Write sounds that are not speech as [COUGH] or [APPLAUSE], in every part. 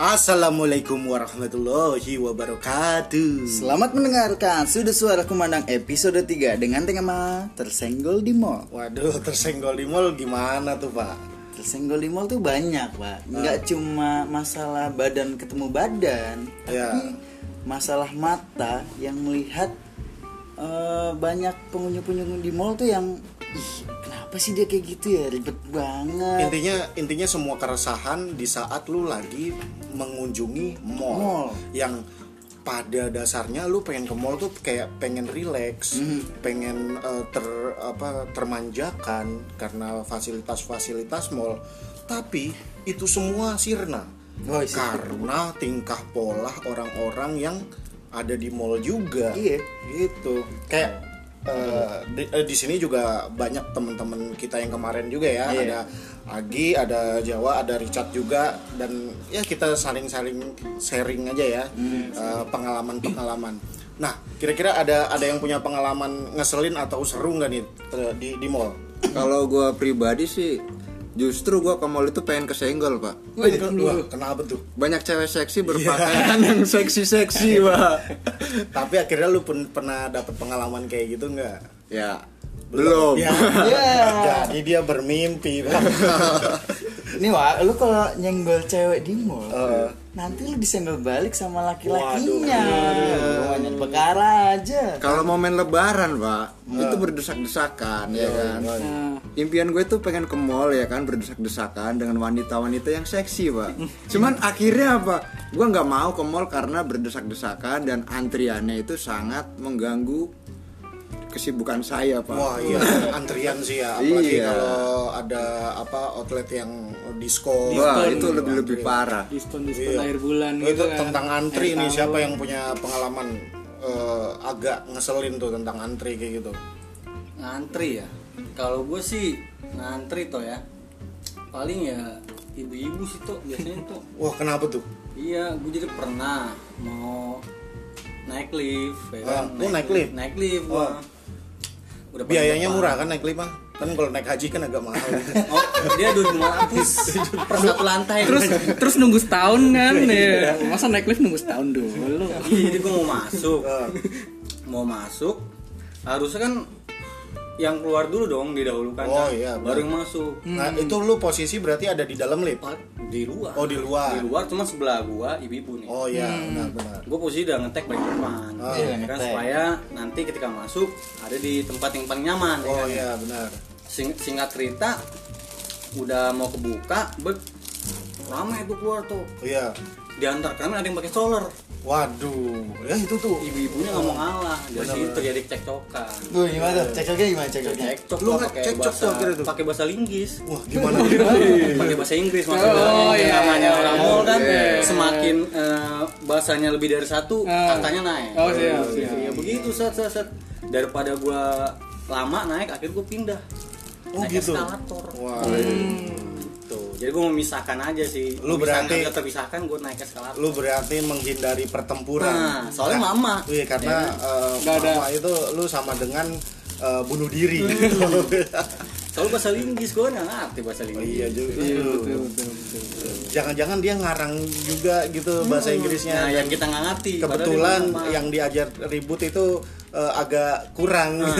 Assalamualaikum warahmatullahi wabarakatuh. Selamat mendengarkan Sudut Suara Kumandang episode 3 dengan tema Tersenggol di Mall. Waduh, tersenggol di mall gimana tuh pak? Tersenggol di mall tuh banyak, Pak. Nggak cuma masalah badan ketemu badan, tapi Ya. masalah mata yang melihat eh, banyak pengunjung-pengunjung di mall tuh yang ih, kenapa sih dia kayak gitu ya? Ribet banget. Intinya intinya semua keresahan di saat lu lagi mengunjungi Mall. mall yang pada dasarnya lu pengen ke mall tuh kayak pengen rileks, pengen eh, ter apa termanjakan karena fasilitas-fasilitas mall. Tapi itu semua sirna. Woi, sih. karena tingkah pola orang-orang yang ada di mall juga Iya. gitu kayak eh, di, eh, di sini juga banyak teman-teman kita yang kemarin juga ya Iya. ada Agi ada Jawa ada Richard juga dan ya kita saling-saling sharing aja ya eh, pengalaman-pengalaman nah kira-kira ada ada yang punya pengalaman ngeselin atau seru nggak nih ter- di di mall Kalau gua pribadi sih justru gua ke mall itu pengen kesenggol, Pak. Wah, kenapa tuh Banyak cewek seksi berpakaian yang seksi-seksi, Pak. tapi akhirnya lu pun pernah dapet pengalaman kayak gitu nggak Ya, belum. [LAUGHS] Ya. Ya. Jadi dia bermimpi. Bang. Nih, Wak, lu kalau nyenggol cewek di mall, nanti lu disenggol balik sama laki-lakinya. Rumahnya bakar aja. Kalau momen lebaran, Pak, itu berdesak-desakan, ya kan. Impian gue tuh pengen ke mall ya kan berdesak-desakan dengan wanita-wanita yang seksi, Pak. Cuman akhirnya apa? Gua nggak mau ke mall karena berdesak-desakan dan antriannya itu sangat mengganggu kesibukan saya, Pak. Wah iya antrian sih ya apalagi Iya. kalau ada apa outlet yang diskon. Wah, itu lebih-lebih parah. diskon diskon Iya. akhir bulan Itu gitu kan. tentang antri Akhir nih tahun. siapa yang punya pengalaman eh, agak ngeselin tuh tentang antri kayak gitu. ngantri ya kalau gue sih ngantri toh ya paling ya ibu-ibu sih tuh biasanya tuh Wah kenapa tuh? iya gue jadi pernah mau naik lift ya Ah, lu naik lift? naik lift Oh. gua. udah paling Biayanya depan. murah kan naik lift Bang? Kan kalau naik haji kan agak mahal. oh dia [LAUGHS] 2500 per satu lantai terus terus nunggu setahun kan Iya. ya masa naik lift nunggu setahun dulu Iya, jadi gue mau masuk Ah. mau masuk harusnya kan yang keluar dulu dong didahulukan Oh, kan? iya, benar. baru yang masuk nah itu lu posisi berarti ada di dalam lift. Pak, di luar Oh, di luar. di luar cuma sebelah gua ibu-ibu nih Oh iya benar-benar. gue posisi udah ngetek paling depan Oh, Ya iya, kan ngetek. supaya nanti ketika masuk ada di tempat yang paling nyaman ya Oh kan? iya benar. Sing- singkat cerita udah mau kebuka bet ramai tuh keluar tuh Iya. diantar karena ada yang pakai solar Waduh, ya itu tuh ibu-ibunya Oh. nggak mau ngalah dari situ terjadi cekcokan Gue gimana tuh? Cekcoknya gimana cekcoknya? cekcok Lu lah nggak pakai cekcok bahasa tuh akhirnya tuh? pakai bahasa linggis Wah, gimana gimana? pakai bahasa Inggris maksudnya Oh, Yang iya, namanya iya, orang mall kan iya. semakin eh, bahasanya lebih dari satu Ah. katanya naik Oh, siap, siap. ya begitu set set set daripada gua lama naik akhirnya gua pindah Oh naik gitu. eskalator Wah, tuh jadi gua memisahkan aja sih Lu Memisahkan, berarti- nggak terpisahkan gua naik eskalator lu berarti menghindari pertempuran. nah soalnya Nah, mama Iya, karena eh, Nggak ada. mama itu lu sama dengan eh, bunuh diri. Hmm. soalnya bahasa linggis gua kan nggak ngerti bahasa Oh, linggis [LAUGHS] iya juga. iya Aduh. betul betul betul Jangan-jangan dia ngarang juga gitu bahasa Inggrisnya. nah yang kita nggak ngerti padahal dia Kebetulan mama. yang diajar ribut itu eh, agak kurang. Nah,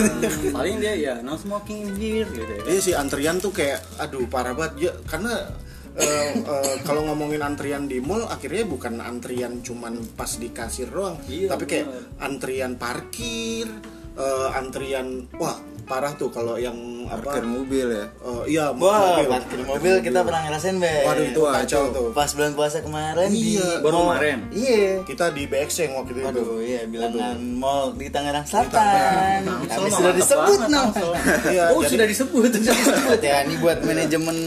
paling dia ya no smoking in here gitu ya Iya sih antrian tuh kayak aduh parah banget ya karena eh, eh, kalau ngomongin antrian di mall akhirnya bukan antrian cuman pas di kasir doang Iya, tapi kayak bener. antrian parkir eh, antrian wah parah tuh kalau yang Parkir apa mobil ya. eh, iya Wah, mobil. parkir mobil kita pernah ngerasain, Be. waduh itu Wah, kacau itu. tuh Pas bulan puasa kemarin di Iya, baru mall- kemarin. Iya. kita di BXC waktu itu Waduh, iya bilangan mall di Tangerang Tangerang. Selatan. Tapi Tangsel sudah mantap disebut banget, no. Tangsel. Iya, oh jadi- sudah disebut [LAUGHS] Disebut ya, ini buat manajemen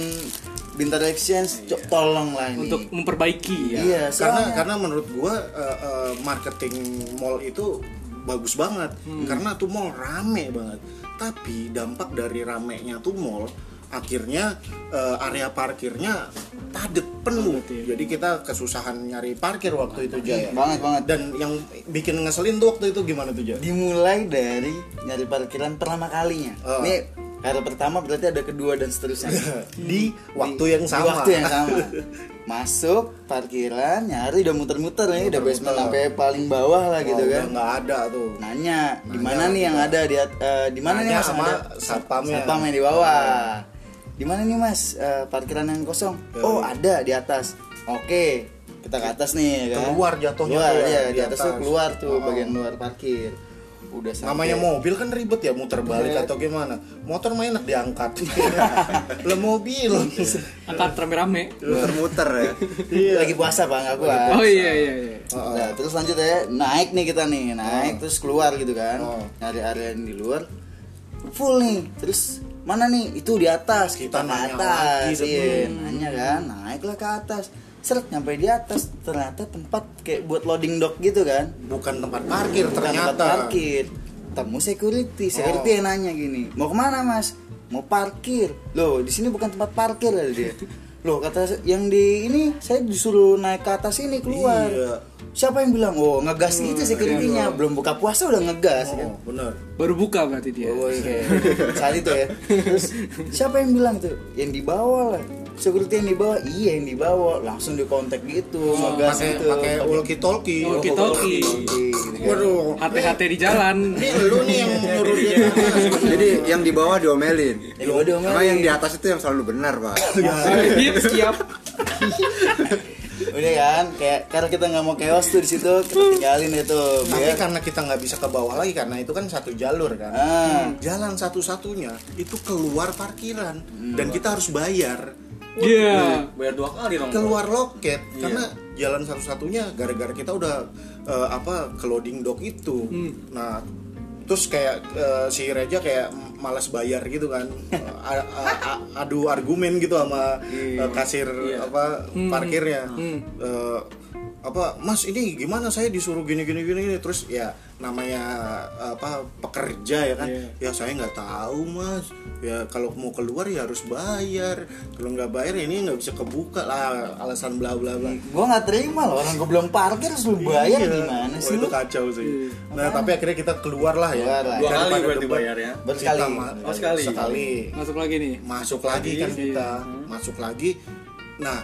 Bintaro Exchange, co- tolong lah ini. untuk memperbaiki ya iya, Iya. karena soalnya karena menurut gua eh, eh, marketing mall itu bagus banget Hmm. karena tuh mall rame banget tapi dampak dari ramenya tuh mall akhirnya eh, area parkirnya padet penuh iya. jadi kita kesusahan nyari parkir waktu itu Jaya Hmm, banget banget. dan yang bikin [LAUGHS] ngeselin tuh waktu itu gimana tuh Jaya dimulai dari nyari parkiran pertama kalinya. Oh. Iya. Ini Kata pertama berarti ada kedua dan seterusnya. di waktu yang Di sama waktu yang sama. Masuk parkiran nyari udah muter-muter nih, udah basement Muter-muter. sampai paling bawah lah Wah, gitu Oh, udah kan. nggak ada tuh Nanya, di mana Nanya gitu. nih yang ada di at- eh, di mana nih Nanya Mas yang sama ada? satpamnya. Iya. Satpam yang di bawah. Di mana nih Mas eh, parkiran yang kosong? Yoi. Oh, ada di atas. Oke, kita ke atas nih kan. Keluar jatuhnya Keluar, tuh ya, iya, di di atas tuh atas. keluar tuh Oh. bagian luar parkir. Udah sampai. namanya mobil kan ribet ya muter balik Iya. atau gimana motor mah enak [LAUGHS] diangkat le mobil Angkat rame-rame. muter-muter ya Lagi puasa, Bang, aku. Bang. Oh iya iya iya. Nah, terus lanjut ya, naik nih kita nih, naik terus keluar gitu kan. Nyari area yang di luar. Full nih. Terus mana nih? Itu di atas, Kita kita, ke nanya lagi, atas. Iya, nanya kan, naiklah ke atas. Seret nyampe di atas, ternyata tempat kayak buat loading dock gitu kan. bukan tempat parkir Bukan tempat ternyata Oh. parkir. Temu security, security yang nanya gini, mau kemana mas? Mau parkir? Loh, di sini bukan tempat parkir lah [LAUGHS] dia. Loh, kata yang di ini saya disuruh naik ke atas ini keluar. Iya. Siapa yang bilang? Oh, ngegas gitu securitynya, belum buka puasa udah ngegas. kan? oh, bener Baru buka berarti dia. Oh, iya. Saat itu ya. Terus siapa yang bilang tuh? Yang dibawa lah. Security yang dibawa, iya yang dibawa. Langsung dikontak gitu, ngegas Oh, pakai gitu. pakai walkie talkie Walkie-talkie. kan. iya. waduh Iya. Hati-hati di jalan. ini lu nih yang nyuruh dia ke atas. jadi yang di bawah diomelin Ya, udah, Emang yang di atas itu yang selalu benar pak Siap siap. udah kan kayak karena kita nggak mau chaos tuh di situ kita tinggalin itu ya. tapi biar karena kita nggak bisa ke bawah lagi karena itu kan satu jalur kan ah jalan satu-satunya itu keluar parkiran Hmm. dan kita harus bayar Iya. Bayar dua kali dong. keluar loket karena jalan satu-satunya gara-gara kita udah eh, apa ke loading dock itu nah terus kayak eh, si Reja kayak malas bayar gitu kan A- a- a- adu argumen gitu sama eh, kasir apa parkirnya Eh, apa mas ini gimana saya disuruh gini gini gini, gini. terus ya namanya apa pekerja ya kan Iya. ya saya nggak tahu mas ya kalau mau keluar ya harus bayar kalau nggak bayar ya ini nggak bisa kebuka lah alasan bla bla bla Iya. gue nggak terima loh orang gue belum parkir terus lu bayar Iya. gimana sih Wah, itu lu kacau sih nah tapi akhirnya kita keluar lah ya Keluar lah. Iya. Dua kali Daripada berarti debat, bayarnya. bersekali kita ma- Oh, sekali. sekali Masuk lagi nih. masuk lagi kan kita iya. masuk lagi nah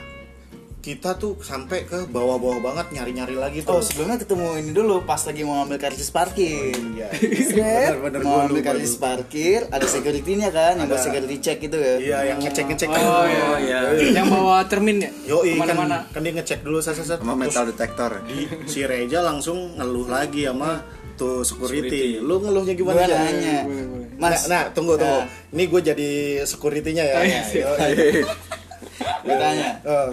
kita tuh sampai ke bawah-bawah banget nyari-nyari lagi tuh oh sebelumnya ketemu ini dulu pas lagi mau ambil karcis parkir iya. [LAUGHS] Set, Bener-bener mau gua ambil lupa karcis tuh. parkir ada security-nya kan yang buat Ada. security check gitu ya iya yang ngecek-ngecek Oh iya. Oh iya. Yang bawa cermin ya. yo Kemana-mana. kan, kan dia ngecek dulu sasa sasa sama metal detector Iya, si Reja langsung ngeluh lagi sama tuh security. Security. Lu ngeluhnya gue gimana? Jan? nanya boleh, boleh. mas nah, nah, tunggu tunggu. Nah. Ini gue jadi security-nya [LAUGHS] ya. iya, siap. Yoi. gue tanya Eh,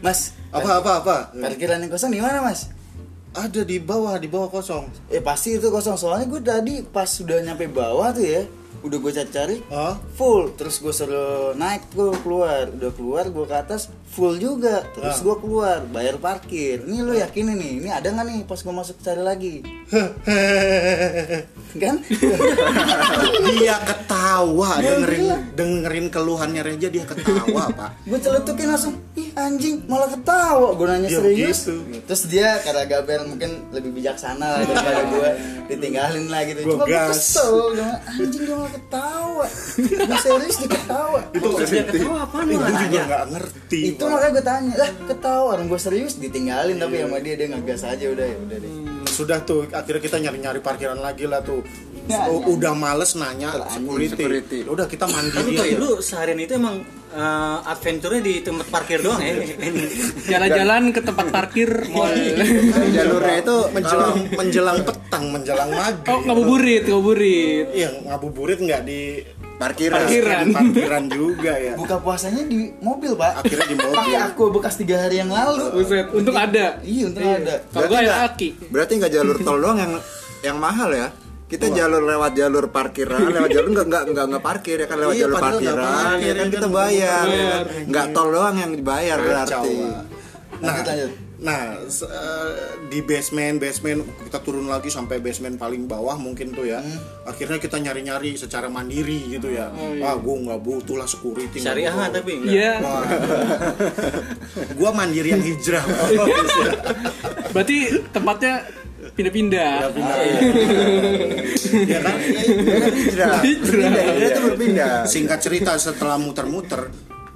mas apa apa apa? parkiran yang kosong di mana mas Ada di bawah, di bawah kosong. Eh pasti itu kosong soalnya gue tadi pas sudah nyampe bawah tuh ya udah gue cari-cari [LAUGHS] Hah? full terus gue suruh naik gue keluar udah keluar gue ke atas full juga Ah. terus gue keluar bayar parkir ini lo yakin nih ini ada nggak nih pas gue masuk cari lagi [LAUGHS] [LAUGHS] kan dia ketawa dengerin dengerin keluhannya Reja dia ketawa, Pak. gue celetukin langsung ih anjing malah ketawa gue nanya Iya, serius gitu. terus dia karena gaber mungkin lebih bijaksana lah [LAUGHS] daripada gue ditinggalin lah gitu Gua cuma gue gas. kesel gua bilang, anjing dia malah [LAUGHS] ketawa gue serius dia ketawa Itu Maksudnya ketawa apaan lu? Itu juga Nanya. nggak ngerti. itu Pak. makanya gue tanya lah ketawa orang gue serius ditinggalin tapi Iya. sama dia dia ngegas aja udah ya udah deh sudah tuh akhirnya kita nyari-nyari parkiran lagi lah tuh. Iya, Ya, U- ya. udah males nanya security. Ya security. Udah kita ya. Tapi mandiri. tuh aja. lu seharian itu emang eh, adventure-nya di tempat parkir doang ya. Jalan-jalan ke tempat parkir mall. Iya. iya. jalurnya itu menjelang menjelang petang, menjelang maghrib. Oh ngabuburit, ngabuburit. Iya ngabuburit nggak di parkiran Parkir. Parkiran. di parkiran juga ya. buka puasanya di mobil pak Akhirnya di mobil. pakai aku bekas tiga hari yang lalu Buset, untung ada. iya untung ada Kalau ya Berarti gue nggak- ada aki. berarti nggak jalur tol doang yang yang mahal ya kita jalur lewat jalur parkiran lewat jalur nggak nggak nggak nggak parkir ya kan lewat Iya, jalur padahal nggak parkiran parkir, ya kan ya kita kan. bayar ya kan? nggak tol doang yang dibayar berarti Jawa. Nah, Lanjut, lanjut. nah se- eh, di basement basement kita turun lagi sampai basement paling bawah mungkin tuh ya. Hmm. Akhirnya kita nyari-nyari secara mandiri gitu ya. Ah, gua nggak butuh lah security. nggak [LAUGHS] Oh, iya. Syariah butuh. nggak tapi enggak. Iya. Wah. [LAUGHS] gua mandiri yang hijrah. Berarti tempatnya pindah-pindah. ya kan Hijrah. Berpindah. Hijrah Iya kan? itu berpindah. singkat cerita setelah muter-muter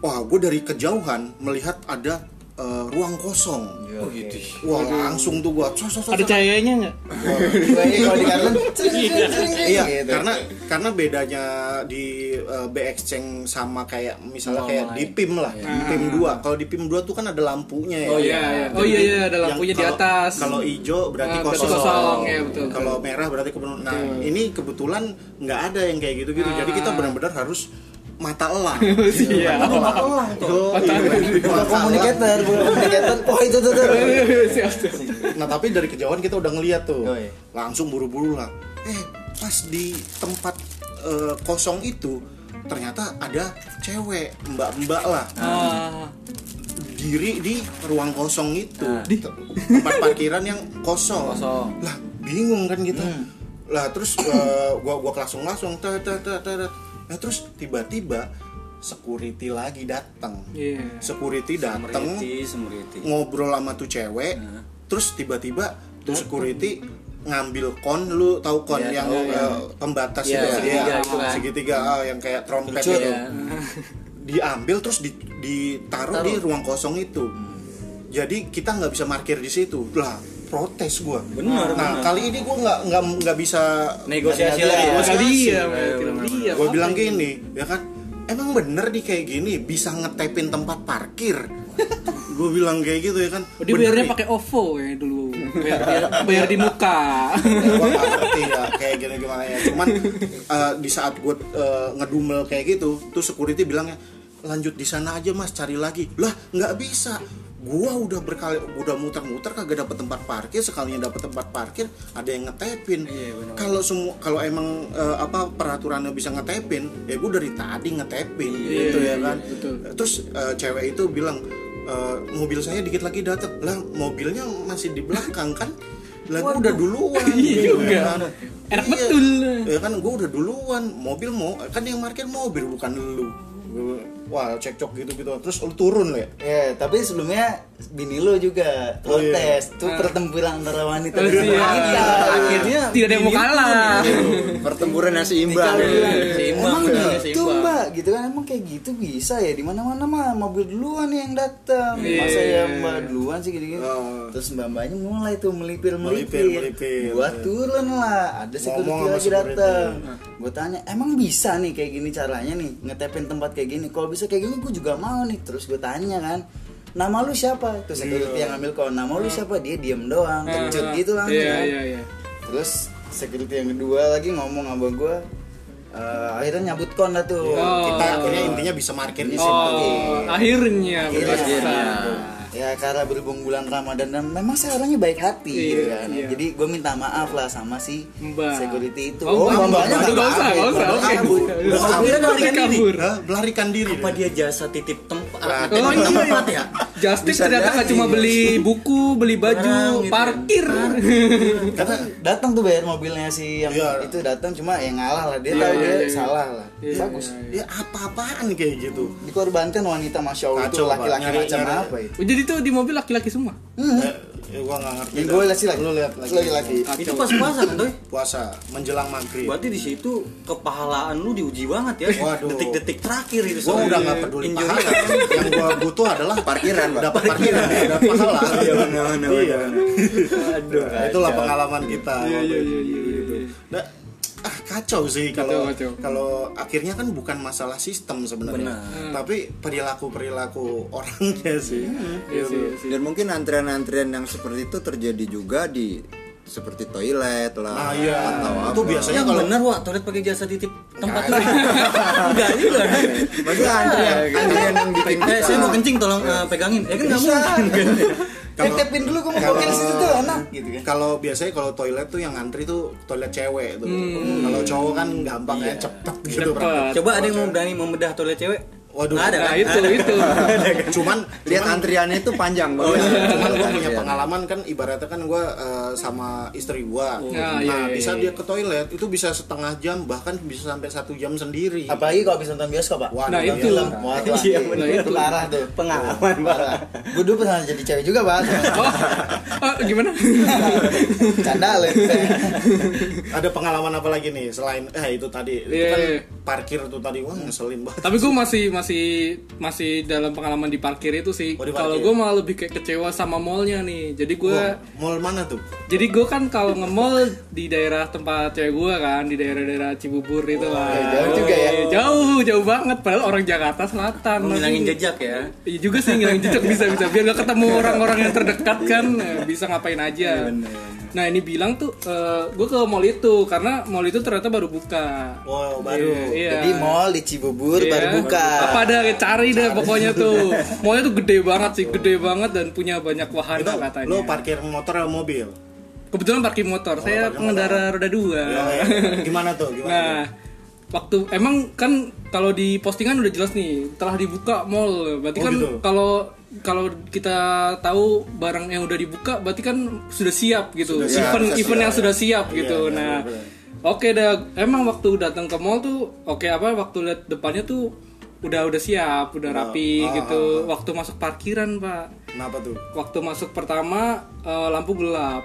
wah gue dari kejauhan melihat ada eh, ruang kosong Oh, gitu. wah langsung tuh gue Iya. Ada cahayanya nggak? Ini kalau di [LAUGHS] Garden, cering, cering, cering, cering. Iya, ya? Gitu. karena karena bedanya di eh, BX Ceng sama kayak misalnya Normal kayak di ya. PIM lah, di PIM 2. Kalau di PIM 2 tuh kan ada lampunya ya. Oh, iya, iya. Ah. Oh, iya, iya, ada Yang lampunya di kalau- atas. Kalau hijau berarti Ah, berarti kosong. kosong, iya, betul, betul. Kalau merah berarti kebetulan. Nah, ini kebetulan nggak ada yang kayak gitu-gitu. Jadi kita Ah. benar-benar harus mata elang. [LAUGHS] Iya. Mata elang tuh. Mata Komunikator, bukan [LAUGHS] komunikator. Wah itu tuh tuh. Iya. Nah tapi dari kejauhan kita udah ngeliat tuh, Oh, iya. langsung buru-buru lah. Eh pas di tempat eh, kosong itu ternyata ada cewek mbak-mbak lah Ah, diri di ruang kosong itu tempat parkiran yang kosong. Kosong. Lah bingung kan kita. Lah terus eh, gua gua langsung langsung tet tet tet tet. Nah terus tiba-tiba security lagi datang. Iya. Security datang Semeriti, semeriti. ngobrol sama tuh cewek terus tiba-tiba tuh security ngambil kon lu tahu kon Iya, yang tahu, eh, iya. pembatas Iya, itu segitiga itu kan. Iya. segitiga ah, yang kayak trompet Lucu. itu diambil terus di- ditaruh di ruang kosong itu jadi kita nggak bisa parkir di situ lah protes gua Benar, nah benar. kali ini gua nggak nggak nggak bisa Negosiasi lagi ya? Nggak negosiasi. diam, Iya, tidak bener-bener. diam. Gue Apa bilang ini? gini, ya kan, emang bener nih kayak gini bisa ngetepin tempat parkir. [LAUGHS] gue bilang kayak gitu ya kan. Oh, Dia bener bayarnya nih. pakai OVO ya dulu. Bayar, bayar, bayar di muka. Gua nggak ngerti ya kayak gini gimana ya. Cuman eh, di saat gue ngedumel kayak gitu, tuh security bilangnya lanjut di sana aja mas cari lagi lah nggak bisa gua udah berkali udah muter-muter kagak dapet tempat parkir sekalinya dapet tempat parkir ada yang ngetepin kalau semua kalau emang eh, apa peraturannya bisa ngetepin ya gua dari tadi ngetepin gitu ya kan betul. terus eh, cewek itu bilang e, mobil saya dikit lagi datang lah mobilnya masih di belakang kan lah gua udah duluan [LAUGHS] Iya gitu juga. kan. Enak Iya. betul. ya kan gue udah duluan mobil mau kan yang parkir mobil bukan lu wah cekcok gitu gitu terus lu turun [LAUGHS] le Ya, tapi sebelumnya bini lo juga protes. Tuh pertempuran antara wanita Oh, dan iya. wanita. Akhirnya Tidak ada yang mau kalah. ya. Pertempuran yang seimbang. Iya, seimbang, Emang bener, gitu seimbang. mbak, gitu kan emang kayak gitu bisa ya di mana mana mah mobil duluan yang datang, masa ya Iya. mbak duluan sih gitu gitu. Oh. Terus mbak mbaknya mulai tuh melipir Melipir, melipir, melipir. gua turun lah, ada security Ngomong sama lagi security. datang. Gua tanya, emang bisa nih kayak gini caranya nih ngetepin tempat kayak gini? Kalau bisa kayak gini, gua juga mau nih. Terus gua tanya kan, nama lu siapa? Iya. Terus security yang ngambil kon, nama lu siapa? Dia diem doang, kecut gitu langsung. Ah. Iya, kan. iya, iya. Terus security yang kedua lagi ngomong sama gue akhirnya nyabut kon dah tuh. kita akhirnya intinya bisa parkir di situ Oh, akhirnya Akhirnya. berpisah. Ya karena berhubung bulan Ramadan dan memang saya orangnya baik hati Iya, gitu kan. iya. Jadi gue minta maaf lah sama si Mbak. security itu. Oh, mbaknya Mbak, Mbak, nggak nggak usah, maafin, nggak usah. Mbak Oke. kabur. Udah Lah, kabur, akhirnya melarikan diri. kabur. Hah? melarikan diri Apa dia. dia jasa titip tempat? Lah, titip Oh, iya. tempat ya? Justin ternyata nggak cuma beli buku, beli baju, parkir. [LAUGHS] Tapi datang tuh bayar mobilnya si yang Iya. itu datang cuma yang ngalah lah dia tahu iya, dia iya. salah lah. Iya, Bagus. ya iya, apa-apaan kayak gitu Dikorbankan wanita masya Allah itu Kacau, Pak. laki-laki Nyari- macam nyari- apa ya? iya. Jadi tuh di mobil laki-laki semua. Eh, ya, gua nggak ngerti Yang dah. gue lihat sih Lu lihat lagi. laki-laki. Itu pas-pasan, Doy. puasa menjelang maghrib Berarti di situ kepahalaan lu diuji banget ya. Waduh. Detik-detik terakhir itu. gue udah nggak peduli pahala kan? yang gue butuh adalah Parkiran, Pak. dapat parkiran dapat [LAUGHS] pahala Iya, benar, benar, Iya. benar. Aduh, itulah pengalaman kita Iya, iya, iya, iya, iya. Nah, ah, kacau sih kalau Kacau, kacau. kalau akhirnya kan bukan masalah sistem sebenarnya tapi perilaku perilaku [LAUGHS] orangnya sih Iya sih, iya sih. Dan mungkin antrian-antrian yang seperti itu terjadi juga di seperti toilet lah nah iya atau apa. itu biasanya kalau bener wah toilet pakai jasa titip tempat lu. Enggak juga. Maksudnya antrian, antrian yang bikin Ah. Eh, saya mau kencing tolong eh, pegangin. Ya kan enggak mungkin. Eh, tepin dulu gue mau ke situ tuh anak gitu kan. kalau biasanya kalau toilet tuh yang ngantri tuh toilet cewek tuh kalau cowok kan gampang ya cepet gitu Hmm. Cepet. [LAUGHS] Coba ada yang mau berani membedah toilet cewek? Waduh. Nggak ada, Nah itu itu. Cuman Lihat Iya kan? cuman- Oh, iya. antriannya itu panjang banget. cuman gue punya Antrian. pengalaman kan ibaratnya kan gue sama istri gue nah iya, iya, bisa iya. dia ke toilet itu bisa setengah jam bahkan bisa sampai satu jam sendiri Gitu. Apalagi kalau bisa nonton bioskop, Pak. Wah, Nah, nggak itu. bilang. Wah, tuh, Iya, anjing. bener. itu parah tuh. Pengalaman banget. Gue dulu pernah jadi cewek juga, Pak. Oh, oh, gimana? [LAUGHS] Canda lu. ada pengalaman apa lagi nih selain eh itu tadi itu Iya, kan iya. parkir tuh tadi wah ngeselin [LAUGHS] banget Tapi gue masih masih masih dalam pengalaman di parkir itu sih. Oh, di Kalau parkir. gue malah lebih kayak kecewa sama mallnya nih. Jadi gue Wah, mall mana tuh Jadi gue kan kalau nge-mall di daerah tempat cewek gue kan di daerah-daerah Cibubur itu lah. jauh juga ya. Jauh, jauh banget. Padahal orang Jakarta Selatan. Menghilangin Tapi- jejak ya. Iya juga sih ngilangin jejak bisa bisa biar gak ketemu orang-orang yang terdekat kan eh, bisa ngapain aja. Nah ini bilang tuh gue ke mall itu karena mall itu ternyata baru buka. Wow, Oh, baru. Iya. Jadi mall di Cibubur Iya. baru buka. Apa ada ya, cari deh pokoknya tuh. Mallnya tuh gede banget sih, gede banget dan punya banyak wahana itu katanya. lo parkir motor atau mobil Kebetulan parkir motor, saya parkir pengendara roda dua. Ya, ya. gimana tuh gimana tuh? Nah, waktu emang kan kalau di postingan udah jelas nih telah dibuka mall. Berarti Oh, kan gitu. kalau kalau kita tahu barang yang udah dibuka berarti kan sudah siap gitu. Sudah siap, sudah event event siap, yang ya. sudah siap Iya, gitu. iya, nah, benar-benar. oke dah emang waktu datang ke mall tuh oke apa waktu lihat depannya tuh udah udah siap, udah rapi ah, gitu. Waktu masuk parkiran, Pak kenapa tuh waktu masuk pertama eh, lampu gelap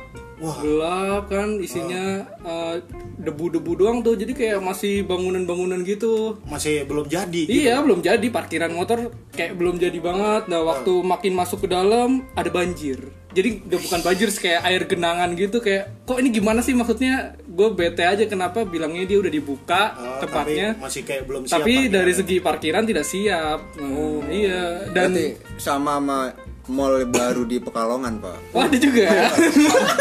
gelap kan isinya eh, debu-debu doang tuh jadi kayak masih bangunan-bangunan gitu masih belum jadi iya belum jadi parkiran motor kayak belum jadi banget nah waktu makin masuk ke dalam ada banjir jadi udah bukan banjir sih, kayak air genangan gitu kayak kok ini gimana sih maksudnya gue bete aja kenapa bilangnya dia udah dibuka Oh, tempatnya tapi masih kayak belum siap tapi parkiran. dari segi parkiran tidak siap oh, iya dan Berarti sama sama mall baru di Pekalongan, Pak. Wah, ada juga ya. Iya.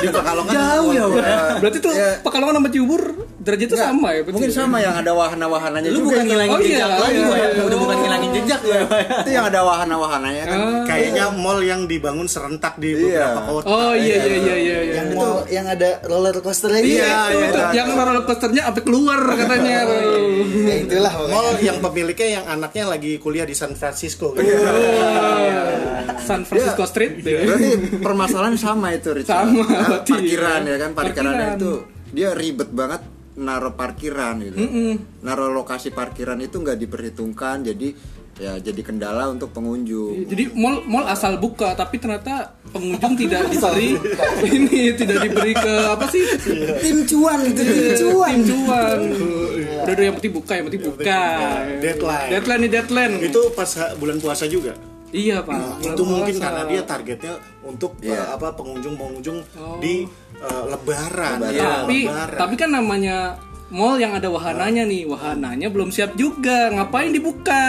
di Pekalongan Jauh ya, Pak. Berarti tuh Ya. Pekalongan sama Cibubur derajatnya sama ya? berarti? Mungkin kan sama yang ada wahana-wahananya Lu juga. bukan ngilangin Oh, iya, jejak lagi, iya, Boy. iya. udah bukan ngilangin jejak lu ya. Boy. Itu yang ada wahana-wahananya kan. kayaknya mall yang dibangun serentak di beberapa Iya. kota Oh iya iya iya iya. iya. Yang mall yang ada roller coaster Iya, iya. itu, itu. yang roller coasternya sampai keluar katanya. Ya itulah pokoknya. mall yang pemiliknya yang anaknya lagi kuliah di San Francisco kan? San Francisco Street. deh. Berarti permasalahan sama itu, Richard. Sama, Nah, [LAUGHS] berarti, parkiran ya. ya kan, parkirannya Parkiran. itu dia ribet banget naro parkiran gitu. Naro lokasi parkiran itu nggak diperhitungkan, jadi ya jadi kendala untuk pengunjung. Jadi mall mall asal buka tapi ternyata pengunjung tidak diberi ini tidak diberi ke apa sih Tim cuan itu tim cuan. tinjuan. Udah udah yang penting buka yang penting buka. Deadline. Deadline nih deadline. itu pas ha- bulan puasa juga Iya pak. Bulan itu mungkin puasa. karena dia targetnya untuk uh, apa pengunjung-pengunjung di uh, Lebaran, Lebaran. ya, Oh. tapi Lebaran. tapi kan namanya mall yang ada wahananya nih wahananya belum siap juga ngapain [LAUGHS] dibuka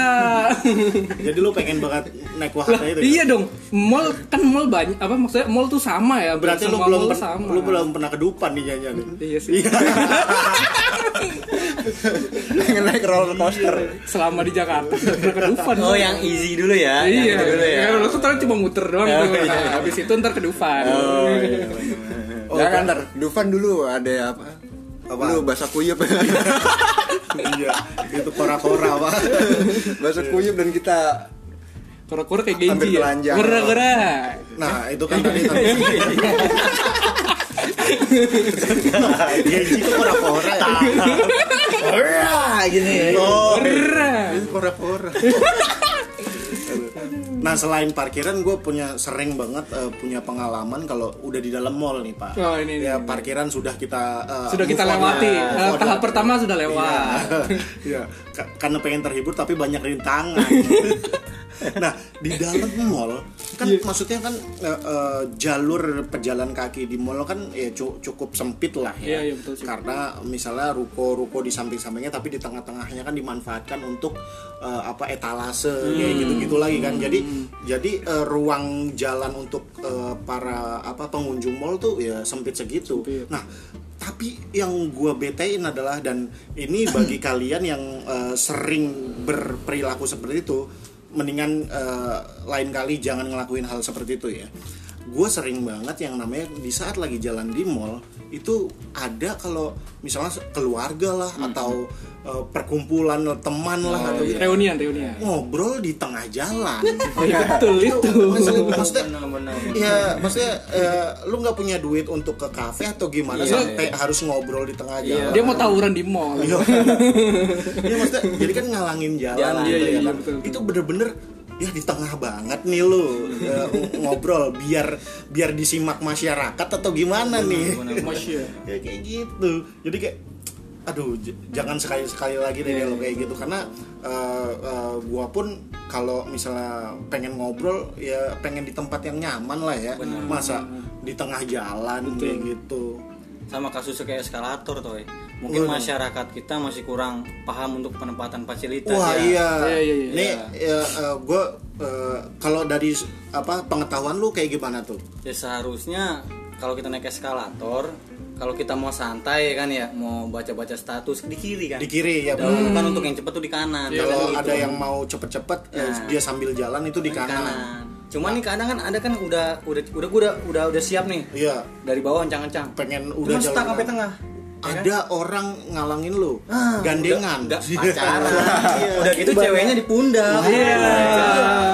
jadi lu pengen banget naik wahana itu. ya? iya dong mall kan mall banyak apa maksudnya mall tuh sama ya Berarti lu Semua belum mall pen- lu belum pernah kedupan nih nyanyian nih. iya sih Iya. Pengen [LAUGHS] naik roller coaster. selama di [LAUGHS] Jakarta kedufan Oh, yang easy dulu ya. yang iya itu dulu ya. ya. lu tuh tadi cuma muter doang Oh, tuh. iya. Nah, habis itu ntar kedufan iya, Jangan ntar, Oh, Dufan dulu ada apa? Apa? Lu bahasa kuyup. [LAUGHS] iya, itu kora-kora Pak. bahasa kuyup dan kita kura-kura kayak Hampir Genji ya telanjang. kura-kura Nah, itu kan tadi tadi. Iya. Genji Nah, iya, itu kora-kora ya. Wah, gini ya. Oh, kura Ini [LAUGHS] kora-kora. Iya, nah selain parkiran gue punya sering banget eh, punya pengalaman kalau udah di dalam mall nih pak Oh, ini, ya ini. parkiran sudah kita eh, sudah kita move on lewati ya, move Eh, on tahap ya. pertama sudah Iya. lewat [LAUGHS] Iya. Ka- karena pengen terhibur tapi banyak rintangan [LAUGHS] nah di dalam mall kan Iya. maksudnya kan eh, eh, jalur pejalan kaki di mall kan ya cu- cukup sempit lah ya Iya, iya, betul, cukup. karena misalnya ruko-ruko di samping-sampingnya tapi di tengah-tengahnya kan dimanfaatkan untuk eh, apa etalase kayak gitu-gitu lagi kan jadi jadi eh, ruang jalan untuk eh, para apa pengunjung mall tuh ya sempit segitu nah tapi yang gua betein adalah dan ini bagi kalian yang eh, sering berperilaku seperti itu mendingan eh, lain kali jangan ngelakuin hal seperti itu ya gue sering banget yang namanya di saat lagi jalan di mall itu ada kalau misalnya keluarga lah Hmm. atau eh, perkumpulan teman lah Oh, atau gitu. Reunian, reunian. ngobrol di tengah [LAUGHS] jalan Oh iya betul itu. [LAUGHS] Maksudnya- maksudnya Benar-benar. Iya, maksudnya eh, lu nggak punya duit untuk ke kafe atau gimana sampai harus ngobrol di tengah jalan. Iya, Dia mau tawuran di mall. Iya. Iya, maksudnya [LAUGHS] jadi kan ngalangin jalan, Jalan, gitu iya, ya iya, kan. betul, betul. Itu bener-bener ya di tengah banget nih lu eh, ngobrol biar biar disimak masyarakat atau gimana nih. Masya. ya kayak gitu. Jadi kayak aduh j- jangan sekali-sekali lagi deh Iya, lo kayak gitu karena eh, eh, gua pun kalau misalnya pengen ngobrol ya pengen di tempat yang nyaman lah ya. Masa di tengah jalan kayak gitu. sama kasusnya kayak eskalator toh mungkin Waduh. masyarakat kita masih kurang paham untuk penempatan fasilitas Wah iya. ya. ya, Iya, iya, iya. Ini gue eh, kalau dari s- apa pengetahuan lu kayak gimana tuh? ya seharusnya kalau kita naik eskalator kalau kita mau santai kan ya mau baca-baca status di kiri kan Di kiri ya. Kalau bener. bukan untuk yang cepat tuh di kanan Kalau Gitu. ada yang mau cepet-cepet ya Nah. dia sambil jalan itu di di kanan, kanan. cuman nih kadang kan ada kan udah udah udah udah udah, udah siap nih Iya. dari bawah ancang-ancang Pengen udah cuman stuck jalanan. sampai tengah Ada orang ngalangin lu, gandengan. Enggak Iya. pacaran [LAUGHS] udah gitu ceweknya di pundak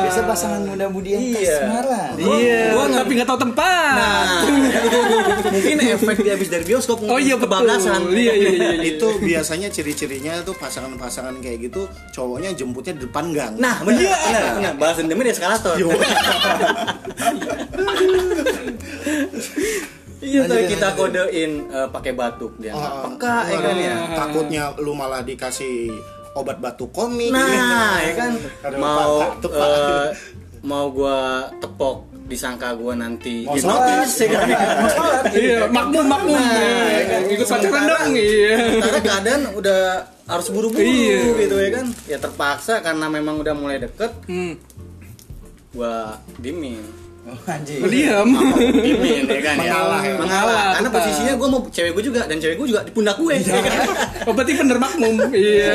Biasa pasangan muda-mudi yang Iya. kasmara. Iya. Tapi nggak tahu tempat. Nah, mungkin efek dia habis dari bioskop Oh iya betul. kebablasan Iya iya iya. iya. itu biasanya ciri-cirinya tuh pasangan-pasangan kayak gitu cowoknya jemputnya di depan gang. nah Iya. benar benar balas dendamnya di eskalator iya tapi kita kodein eh, pakai batuk dia nggak Ah, peka ya kan ya Takutnya lu malah dikasih obat batu komik. nah ya kan Aduh, mau Pak, Pak, Pak. eh, mau gua tepok disangka gua nanti Mau hipnotis, ya kan? Iya, makmum makmum. Nah, Iya, kan? gitu. Ikut pacaran dong. Iya. karena keadaan udah harus buru-buru Iya. gitu ya kan ya terpaksa karena memang udah mulai deket Hmm. gua dimin Oh, anjing. Diam. Pimpin ya kan ya. Mengalah ya. Mengalah. Karena Tetap. posisinya gue mau cewek gue juga dan cewek gue juga di pundak gue. ya kan? Oh, berarti bener makmum. [LAUGHS] Iya.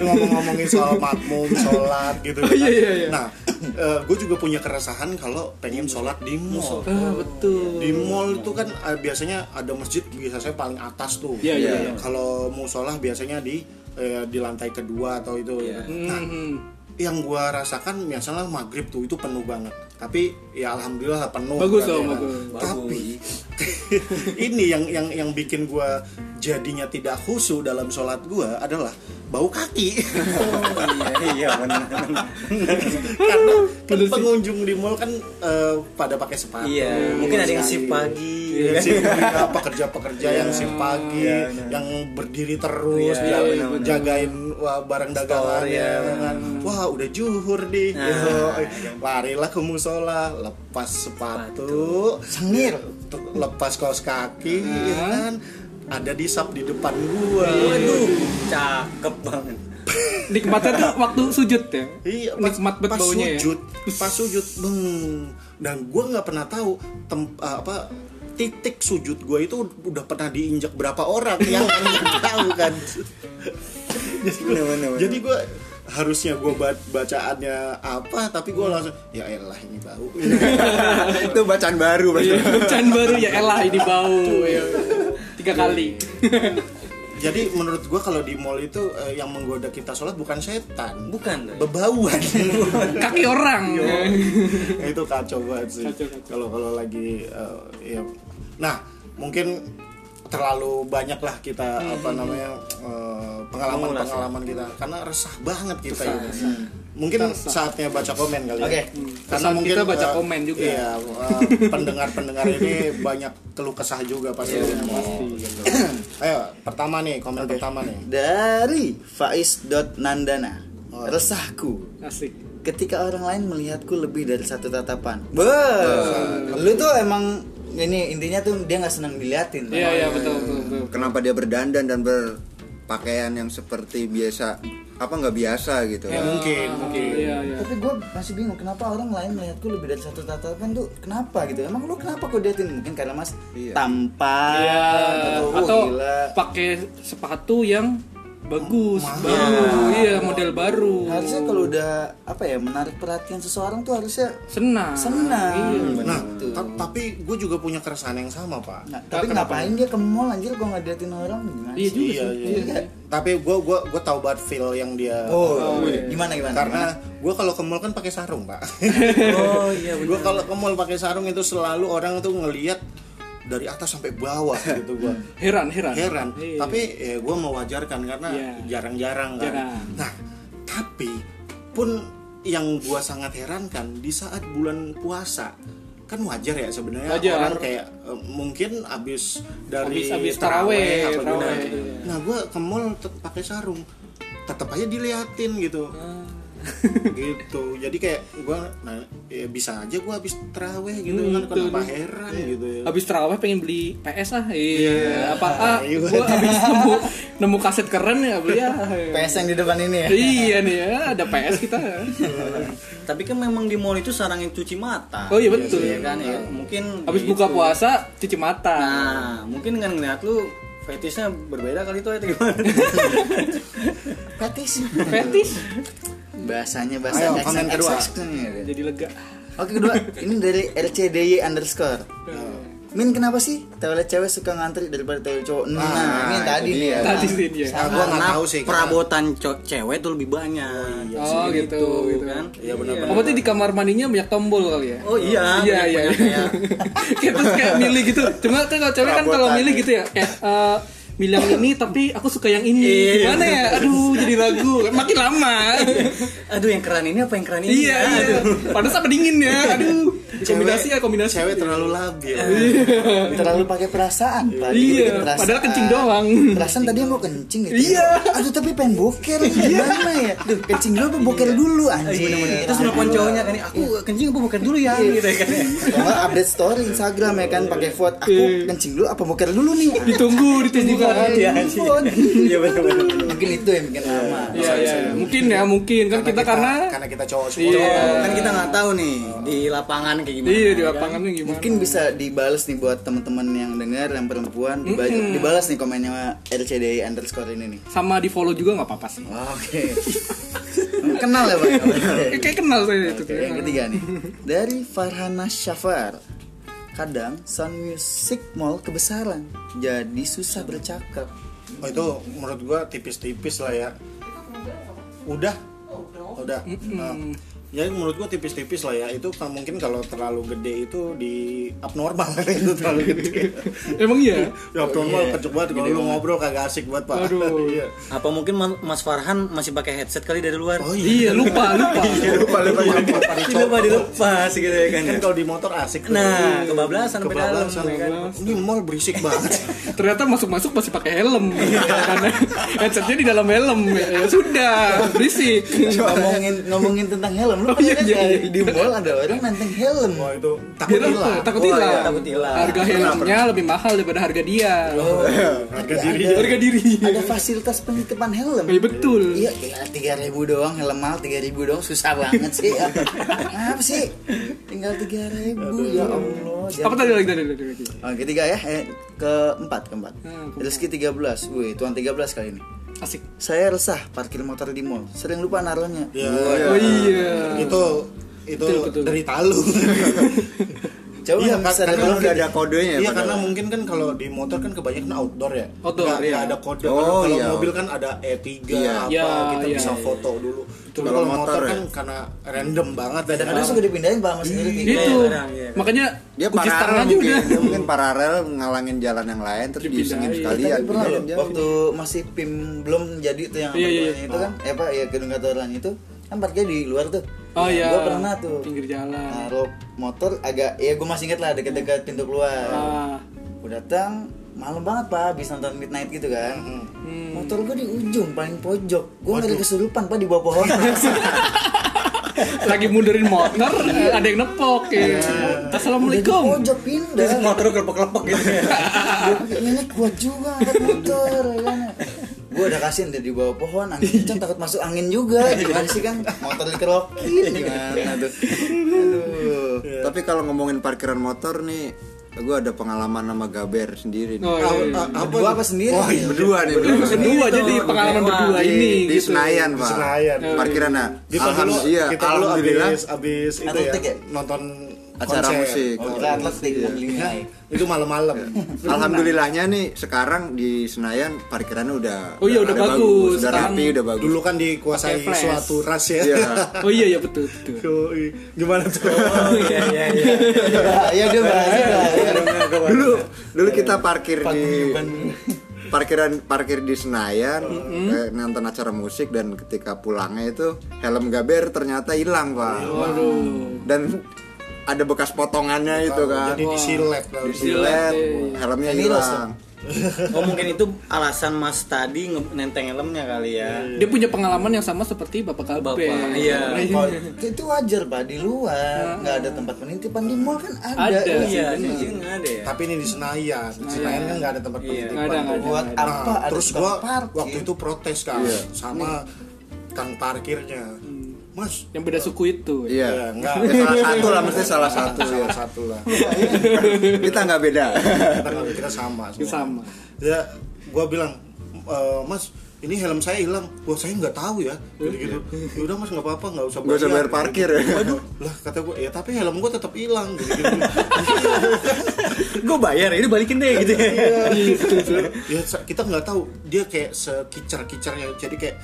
Lu ngomong-ngomongin soal makmum, sholat gitu. kan. iya, iya, iya. Nah, gue juga punya keresahan kalau pengen sholat di mall. Ah, betul. Di mall itu kan eh, biasanya ada masjid biasanya paling atas tuh. Iya, iya, iya. Kalau musola biasanya di eh, di lantai kedua atau itu. Nah, Hmm. yang gua rasakan misalnya maghrib tuh itu penuh banget tapi ya alhamdulillah lah penuh Bagus Kan, ya dong, kan. bagus. tapi [LAUGHS] ini yang yang yang bikin gua jadinya tidak khusyuk dalam sholat gua adalah bau kaki [LAUGHS] Iya benar. karena kan pengunjung di mall kan eh, pada pakai sepatu Iya. Mungkin ada yang sip pagi. ya Iya, kan? shift pria, pekerja-pekerja yang shift pagi, yang berdiri terus, Iya, yang iya, bener. jagain wah, barang dagangannya, iya, ya kan. wah udah juhur nih, Nah, gitu. larilah ke musola, lepas sepatu, sengir, lepas kaos kaki, ya kan, ada di sub di depan gua, Waduh, cakep banget. Nikmatnya tuh waktu sujud ya. Iya, pas, Nikmat pas betulnya ya. sujud, pas sujud, beng. Dan gue nggak pernah tahu tem, ah, apa titik sujud gue itu udah pernah diinjak berapa orang [LAUGHS] yang nggak tahu kan. jadi gue, jadi gua harusnya gue bacaannya apa, tapi gue langsung ya elah ini [LAUGHS] bau. itu bacaan baru pasti. Iya, Pecahan baru ya elah ini bau. Iya. Tiga kali. jadi menurut gue kalau di mall itu eh, yang menggoda kita sholat bukan setan, Bukan. Doi. [LAUGHS] bebauan. Kaki orang. Ya, [LAUGHS] itu kacau banget sih Kacau, kacau. kalau kalau lagi eh, ya nah mungkin terlalu banyak lah kita apa namanya pengalaman pengalaman kita karena resah banget kita ini mungkin saatnya baca komen kali ya Oke. karena Saat mungkin kita baca eh, komen juga. iya pendengar pendengar ini banyak keluh kesah juga Iya, pasti, Gitu. ayo pertama nih komen pertama nih Dari Faiz.nandana. Oh. Resahku Asik. ketika orang lain melihatku lebih dari satu tatapan. Wah, lu tuh emang ini intinya tuh dia nggak senang diliatin. Iya iya betul betul. betul. Kenapa dia berdandan dan berpakaian yang seperti biasa? Apa nggak biasa gitu? Ya, mungkin, mungkin. Iya iya. Tapi gue masih bingung kenapa orang lain melihatku lebih dari satu tatapan tuh kenapa gitu? Emang lu kenapa kok diliatin? Mungkin karena mas Iya. tampan Iya, atau, "Wah, atau gila. pakai sepatu yang bagus baru iya model baru harusnya kalau udah apa ya menarik perhatian seseorang tuh harusnya senang iya, senang Nah, gitu. ta- tapi gue juga punya keresahan yang sama pak. Nah, tapi ngapain dia ke mall anjir gua ngeliatin orang gimana iya sih? Iya, juga sih. iya. Tapi gue gua gua tahu banget feel yang dia. Oh, Iya. gimana gimana? Karena gue kalau ke mall kan pakai sarung [LAUGHS] pak. oh iya gue kalau ke mall pakai sarung itu selalu orang tuh ngelihat dari atas sampai bawah gitu gue heran heran heran. Iya. Tapi ya, gue mewajarkan karena Iya. jarang-jarang kan. Jarang. Nah, tapi pun yang gue sangat herankan di saat bulan puasa kan wajar ya sebenarnya Wajar. orang kayak eh, mungkin abis dari Abis- abis taraweh taraweh, apa taraweh, gimana. gitu ya. Nah gue ke mall tet- pakai sarung tetap aja diliatin gitu. Ah. [LAUGHS] gitu jadi kayak gue nah, ya bisa aja gue habis teraweh gitu Hmm, kan kenapa betul. heran gitu ya Habis terawih pengen beli PS ah. Iya. Apa ah, Iya. gua habis nemu nemu kaset keren ya beli ah. PS yang di depan ini ya. iya nih, ya, ada PS kita. tapi kan memang di mall itu sarang yang cuci mata Oh iya, betul. Iya kan ya mungkin Habis buka gitu. puasa cuci mata. nah mungkin dengan ngeliat lu fetishnya berbeda kali itu atau gimana Petis. Fetish. Bahasanya Ayo, bahasa kan komen kedua. nih. Jadi lega. Oke kedua, ini dari RCDY underscore. Min kenapa sih toilet cewek suka ngantri daripada toilet cowok? Nah, ini yang tadi nih. ya. Tadi sih dia. [LAUGHS] Nah, gua nggak iya tahu sih, karena- perabotan co- cewek tuh lebih banyak Oh gitu, gitu kan kan. Iya, Oh, berarti di kamar mandinya banyak tombol kali ya? oh iya iya iya. banyak-banyak iya. kayak- [LAUGHS] Kayak terus kayak milih gitu. Cuma kan kalau cewek kan kalau milih gitu ya kayak eh, milih yang ini tapi aku suka yang ini. Gimana ya? Aduh, jadi ragu. Makin [LAUGHS] lama. aduh yang keren ini apa yang keren ini iya, iya. Padahal sama dingin ya. Aduh. Kombinasi ya kombinasi. cewek terlalu labil [LAUGHS] Terlalu pakai perasaan. Tadi Iya, bikin perasaan. padahal kencing doang. Perasaan tadi mau kencing gitu. Iya. Aduh tapi pengen boker nih. Gimana ya? Duh, kencing dulu apa boker dulu Iya, anjing. iya. terus nelfon cowoknya kan aku kencing apa bukan dulu ya gitu ya kan Kalau nggak update story Instagram ya kan pakai vote aku Iya. kencing dulu apa boker dulu nih. [LAUGHS] Ditunggu, ditunggu kan. Iya, Iya, Iya benar-benar. Mungkin itu yang bikin lama. iya. Mungkin ya, mungkin kan kita karena karena kita cowok semua Iya. kan kita nggak tahu nih di lapangan kayak gimana Iya, di lapangannya gimana? Mungkin bisa dibales nih buat teman-teman yang dengar yang perempuan diba- dibalas nih komennya RCDI underscore ini nih. sama di follow juga nggak apa-apa sih. Oke. Kenal ya [LAUGHS] Pak? Kayak kayak kenal saya itu. Oke, yang ketiga nih. Dari Farhana Syafar. Kadang sound music mall kebesaran. Jadi susah bercakap. Oh, itu menurut gua tipis-tipis lah ya udah udah Nah, ya menurut gua tipis-tipis lah ya itu kan mungkin kalau terlalu gede itu di abnormal [LAUGHS] itu terlalu gede Emang iya? ya abnormal kecil banget kalau lu ngobrol kagak asik banget pak Aduh. [LAUGHS] Iya. apa mungkin Ma- Mas Farhan masih pakai headset kali dari luar oh iya Iya, lupa, lupa. lupa lupa lupa Coba dilepas gitu ya kan kan kalau di motor asik tuh. Iya, Iya. Nah, kebablasan sampai dalam. kebablasan ini mall berisik banget Ternyata masuk-masuk masih pakai helm. Karena headsetnya di dalam helm. Ya sudah, berisik. ngomongin ngomongin tentang helm lu Oh, iya, pernah iya, nggak? iya. di mall ada orang nanteng helm oh itu takut Biar apa? hilang Takut Wah, hilang. iya, takut hilang. Harga helmnya lebih mahal daripada harga dia. harga diri Harga diri. ada fasilitas penitipan helm Iya, betul. iya tiga ribu doang helm mahal tiga ribu doang susah banget sih [LAUGHS] apa sih tinggal tiga ribu ya allah Jangan- Apa tadi lagi tadi lagi? lagi? Oh, ketiga ya eh, keempat keempat Hmm, keempat. rezeki tiga belas wih tuan tiga belas kali ini Asik. saya resah parkir motor di mall sering lupa naruhnya Iya. Oh iya. itu itu Betul, betul. derita lu [LAUGHS] coba Iya, nggak kan- bisa karena dibilang udah gitu. ada kodenya ya Iya padahal. karena mungkin kan kalau di motor kan kebanyakan outdoor ya. Outdoor, Nggak- iya. nggak ada kode. Oh, kalau iya. mobil kan ada E3 apa Iya, kita iya, bisa iya. foto dulu. Tapi Kalau kalau motor, motor ya. kan karena random banget Nah, kadang suka dipindahin pak sama security Itu. kadang, iya, kadang. Gitu. Makanya dia kunci paralel setengah aja mungkin Iya, udah. dia mungkin paralel ngalangin jalan yang lain terus Dipindahin. diisengin Tapi sekalian gitu. pernah loh, Pindahin jauh. waktu masih PIM belum jadi tuh yang Iya, iya, apartemen itu kan, eh pak ya gedung kantoran itu kan parkir di luar tuh. Oh iya. Gue pernah tuh Pinggir jalan. naruh motor agak, ya gue masih inget lah deket-deket pintu keluar. Ah. Gue datang malam banget pak, habis nonton midnight gitu kan. hmm. Motor gue di ujung paling pojok, gue ngeri kesurupan pak di bawah pohon. lagi mundurin motor ada yang nepok ya. Udah di Assalamualaikum pojok pindah. motor kelepek-kelepek gitu ya. ini kuat juga angkat motor ya kan gue udah kasihin dari bawah pohon angin kencang takut masuk angin juga gimana sih kan motor dikerokin gimana tuh aduh Tapi kalau ngomongin parkiran motor nih gue ada pengalaman sama Gaber sendiri nih. Oh, iya, iya. A- apa Berdua tuh? apa sendiri? Wah, iya, berdua nih berdua. Kedua Ini jadi tuh, pengalaman Iya, di berdua Di- ini di gitu. Senayan Di pak Senayan. parkiran nah Kita dulu iya kita dulu alhamdulillah abis abis itu ya, Atletik ya? nonton Acara konser. musik. Iya. Oh, Kita atletik beli iya. naik. itu malam-malam. alhamdulillahnya nih sekarang di Senayan parkirannya udah Oh iya, udah ada udah bagus. Sekarang rapi udah bagus Dulu kan dikuasai Pakai flash. suatu ras ya. Iya. Oh iya iya betul betul. [LAUGHS] Yoi. Gimana tuh? iya iya iya Bahaya dia bahaya. bahaya. dulu dulu kita parkir di parkiran parkir di Senayan eh, nonton acara musik dan ketika pulangnya itu helm Gaber ternyata hilang pak dan ada bekas potongannya itu kan Jadi disilet. lah. disilet Iya. helmnya Ini loh, hilang oh mungkin itu alasan mas tadi nge- nenteng helmnya kali ya [LAUGHS] Iya. Dia punya pengalaman yang sama seperti Bapak Kabe. Bapak, iya. Kalau- itu- itu wajar pak di luar nggak ada tempat penitipan di mall kan ada, Ah. Ada. Ya. iya di sini nggak ada ya Tapi ini di Senayan. Di Senayan kan nggak ada tempat penitipan. Iya, Nggak ada, nggak ada. buat Nah, apa ada terus tempat gua parkir? waktu itu protes kan Iya. sama kang parkirnya. Hmm. Mas, Yang beda suku itu. iya Ya, enggak. [LAUGHS] Ya, salah satu lah mesti salah satu ya salah satu lah. kita nggak beda Kita nggak- kita sama semua. Sama. Ya, gua bilang, "E, Mas, ini helm saya hilang. Gua saya nggak tahu ya. [LAUGHS] Gitu gitu. Udah Mas nggak apa-apa, nggak usah Nggak usah bayar parkir ya. Waduh, lah kata gua, ya tapi helm gua tetap hilang gitu. [LAUGHS] gue bayar ini balikin deh gitu ya sa- kita nggak tahu dia kayak sekicar-kicarnya jadi kayak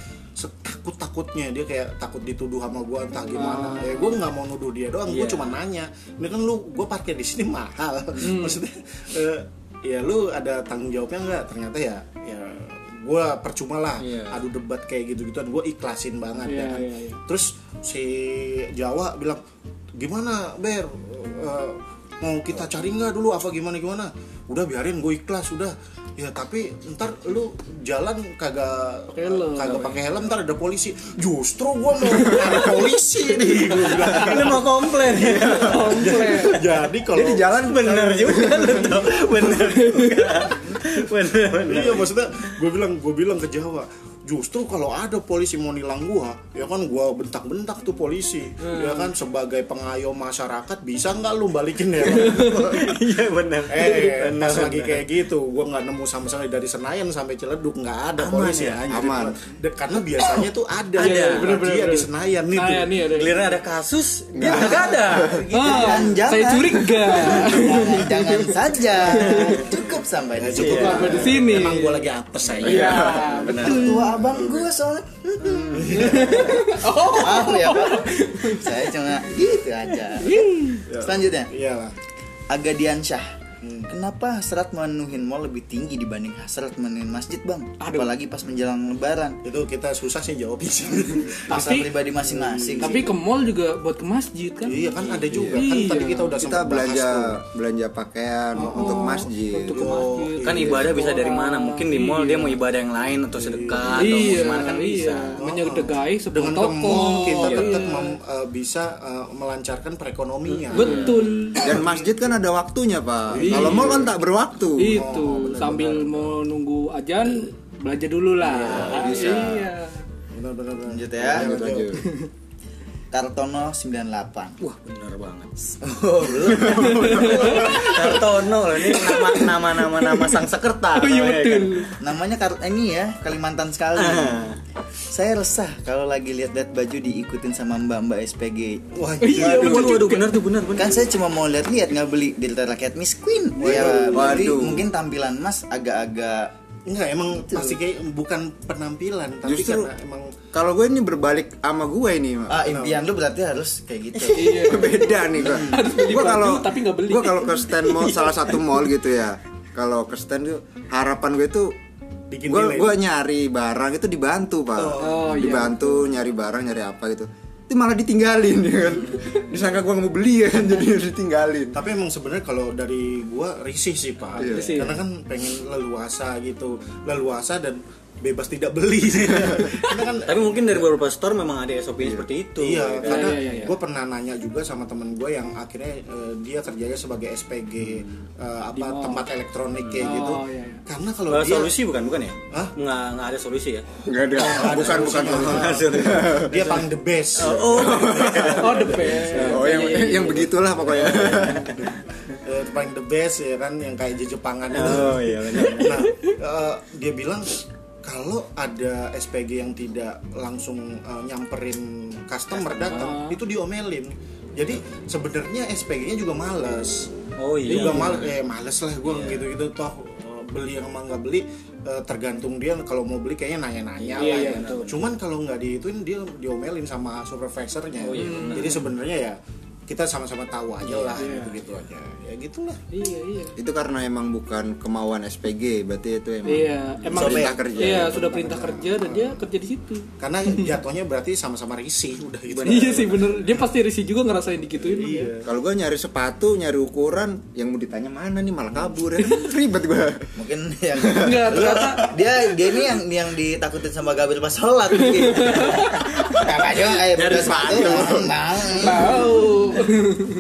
setakut-takutnya dia kayak takut dituduh sama gua entah gimana Ah. ya gue nggak mau nuduh dia doang Iya. gue cuma nanya ini kan lu gue parkir di sini mahal Hmm. maksudnya eh, ya lu ada tanggung jawabnya nggak ternyata ya ya gue percuma lah adu debat kayak gitu-gituan gue ikhlasin banget ya Iya, kan iya, iya. terus si Jawa bilang gimana Ber Eh, mau kita cari nggak dulu apa gimana gimana udah biarin gue ikhlas udah ya tapi ntar lu jalan kagak Pakai helm. kagak pakai helm ntar ada polisi justru gue mau [LAUGHS] ada polisi nih gua bilang. ini mau komplain [LAUGHS] Gitu. Komplek. jadi kalau di jalan bener juga lu tuh bener juga. bener bener iya maksudnya gue bilang gue bilang ke Jawa justru kalau ada polisi mau nilang gua ya kan gua bentak-bentak tuh polisi Hmm. ya kan sebagai pengayom masyarakat bisa nggak lu balikin ya iya bener Eh, Bener, pas lagi bener. kayak gitu, gua nggak nemu sama sekali dari Senayan sampai Ciledug nggak ada Aman polisi ya? anjir. Aman. De- Karena biasanya tuh ada, Ada, ya, bener, bener, dia di bener. Senayan nih Nah, tuh. ya, nih ada. Giliran ada kasus dia nggak ada Ah, Jangan-jangan. saya [LAUGHS] curiga. jangan, jangan saja cukup sampai di Cukup sini. lah. Sampai di sini. Emang gua lagi apes aja. tua abang gue soalnya oh maaf ya pak saya cuma gitu aja selanjutnya Iyalah. Aga Diansyah Kenapa hasrat menuhin mall lebih tinggi dibanding hasrat menuhin masjid bang? Apalagi pas menjelang lebaran Itu kita susah sih jawabnya sih. Pasar Tapi- pribadi masing-masing Tapi ke mall juga buat ke masjid kan. iya kan ada juga. Kan Iya. tadi kita udah kita sempat bahas belanja tuh. belanja pakaian untuk masjid Untuk ke masjid. kan ibadah bisa dari mana mungkin di mall dia mau ibadah yang lain atau sedekah atau iya, gimana kan bisa iya. Menyedegai sebuah Dengan toko. toko kita Iya. tetap mem- eh, bisa eh, melancarkan perekonomian. Betul. dan masjid kan ada waktunya pak Iya. kalau mau kan tak berwaktu Itu sambil mau nunggu ajan belanja dulu lah. Iya. Benar-benar. benar. Lanjut ya Lanjut, lanjut. Kartono 98 wah bener banget Oh, Kartono loh ini nama nama nama nama sang sekertar Iya betul. Namanya kartu ini ya, Kalimantan sekali. Ah. Saya resah kalau lagi lihat-lihat baju diikutin sama mbak-mbak SPG. Wah, Iya, Waduh, betul. waduh, bener tuh bener bener Kan saya cuma mau lihat-lihat nggak beli di rakyat miskin. ya, berarti waduh. mungkin tampilan Mas agak-agak enggak emang pasti kayak bukan penampilan tapi Justru- karena emang kalau gue ini berbalik sama gue ini Pak. ah impian lu berarti harus kayak gitu. Iya. beda nih gue beli gue baju, kalau tapi nggak beli. Iya. gue kalau ke stand mall salah satu mall gitu ya kalau ke stand tuh harapan gue tuh bikin gue delay. gue nyari barang itu dibantu pak Oh, iya, dibantu nyari barang nyari apa gitu itu malah ditinggalin ya kan disangka gue mau beli ya kan jadi ditinggalin tapi emang sebenarnya kalau dari gua risih sih pak Iya. Risih. karena kan pengen leluasa gitu leluasa dan bebas tidak beli [LAUGHS] karena kan Tapi mungkin dari beberapa store memang ada SOP-nya seperti itu. iya ya kan? karena iya, iya, iya. gue pernah nanya juga sama temen gue yang akhirnya eh, dia kerjanya sebagai SPG eh, apa mall. tempat elektronik kayak Oh, gitu iya, iya. karena kalau Nggak ada dia solusi bukan bukan ya? Hah? Nggak, nggak ada solusi ya? Enggak ada. bukan bukan. dia paling the best [LAUGHS] oh the best Oh yang yang begitulah pokoknya. Iya, Eh, paling the best ya kan yang kayak jejepangan Oh iya benar. nah eh, dia bilang kalau ada SPG yang tidak langsung eh, nyamperin customer datang itu diomelin jadi sebenarnya SPG-nya juga males Oh iya. juga males eh, males lah gue gitu-gitu toh eh, beli yang emang nggak beli eh, tergantung dia kalau mau beli kayaknya nanya-nanya lah iya, ya. cuman kalau nggak diituin dia diomelin sama supervisornya jadi sebenarnya ya kita sama-sama tahu aja lah gitu-gitu aja ya gitulah iya iya Itu karena emang bukan kemauan SPG, berarti itu emang. iya emang Perintah kerja. iya sudah perintah kerja dan dia kerja di situ karena jatuhnya berarti sama-sama risih udah gitu iya sih bener dia pasti risih juga ngerasain digituin iya. Kalau gue nyari sepatu, nyari ukuran, yang mau ditanya mana nih malah kabur ya. [LAUGHS] Ribet gue. mungkin yang [LAUGHS] Enggak, ternyata dia dia ini yang yang ditakutin sama Gabriel pas sholat mungkin. Kakak juga Eh, kayak Dari bekas sepatu. itu, bang. tahu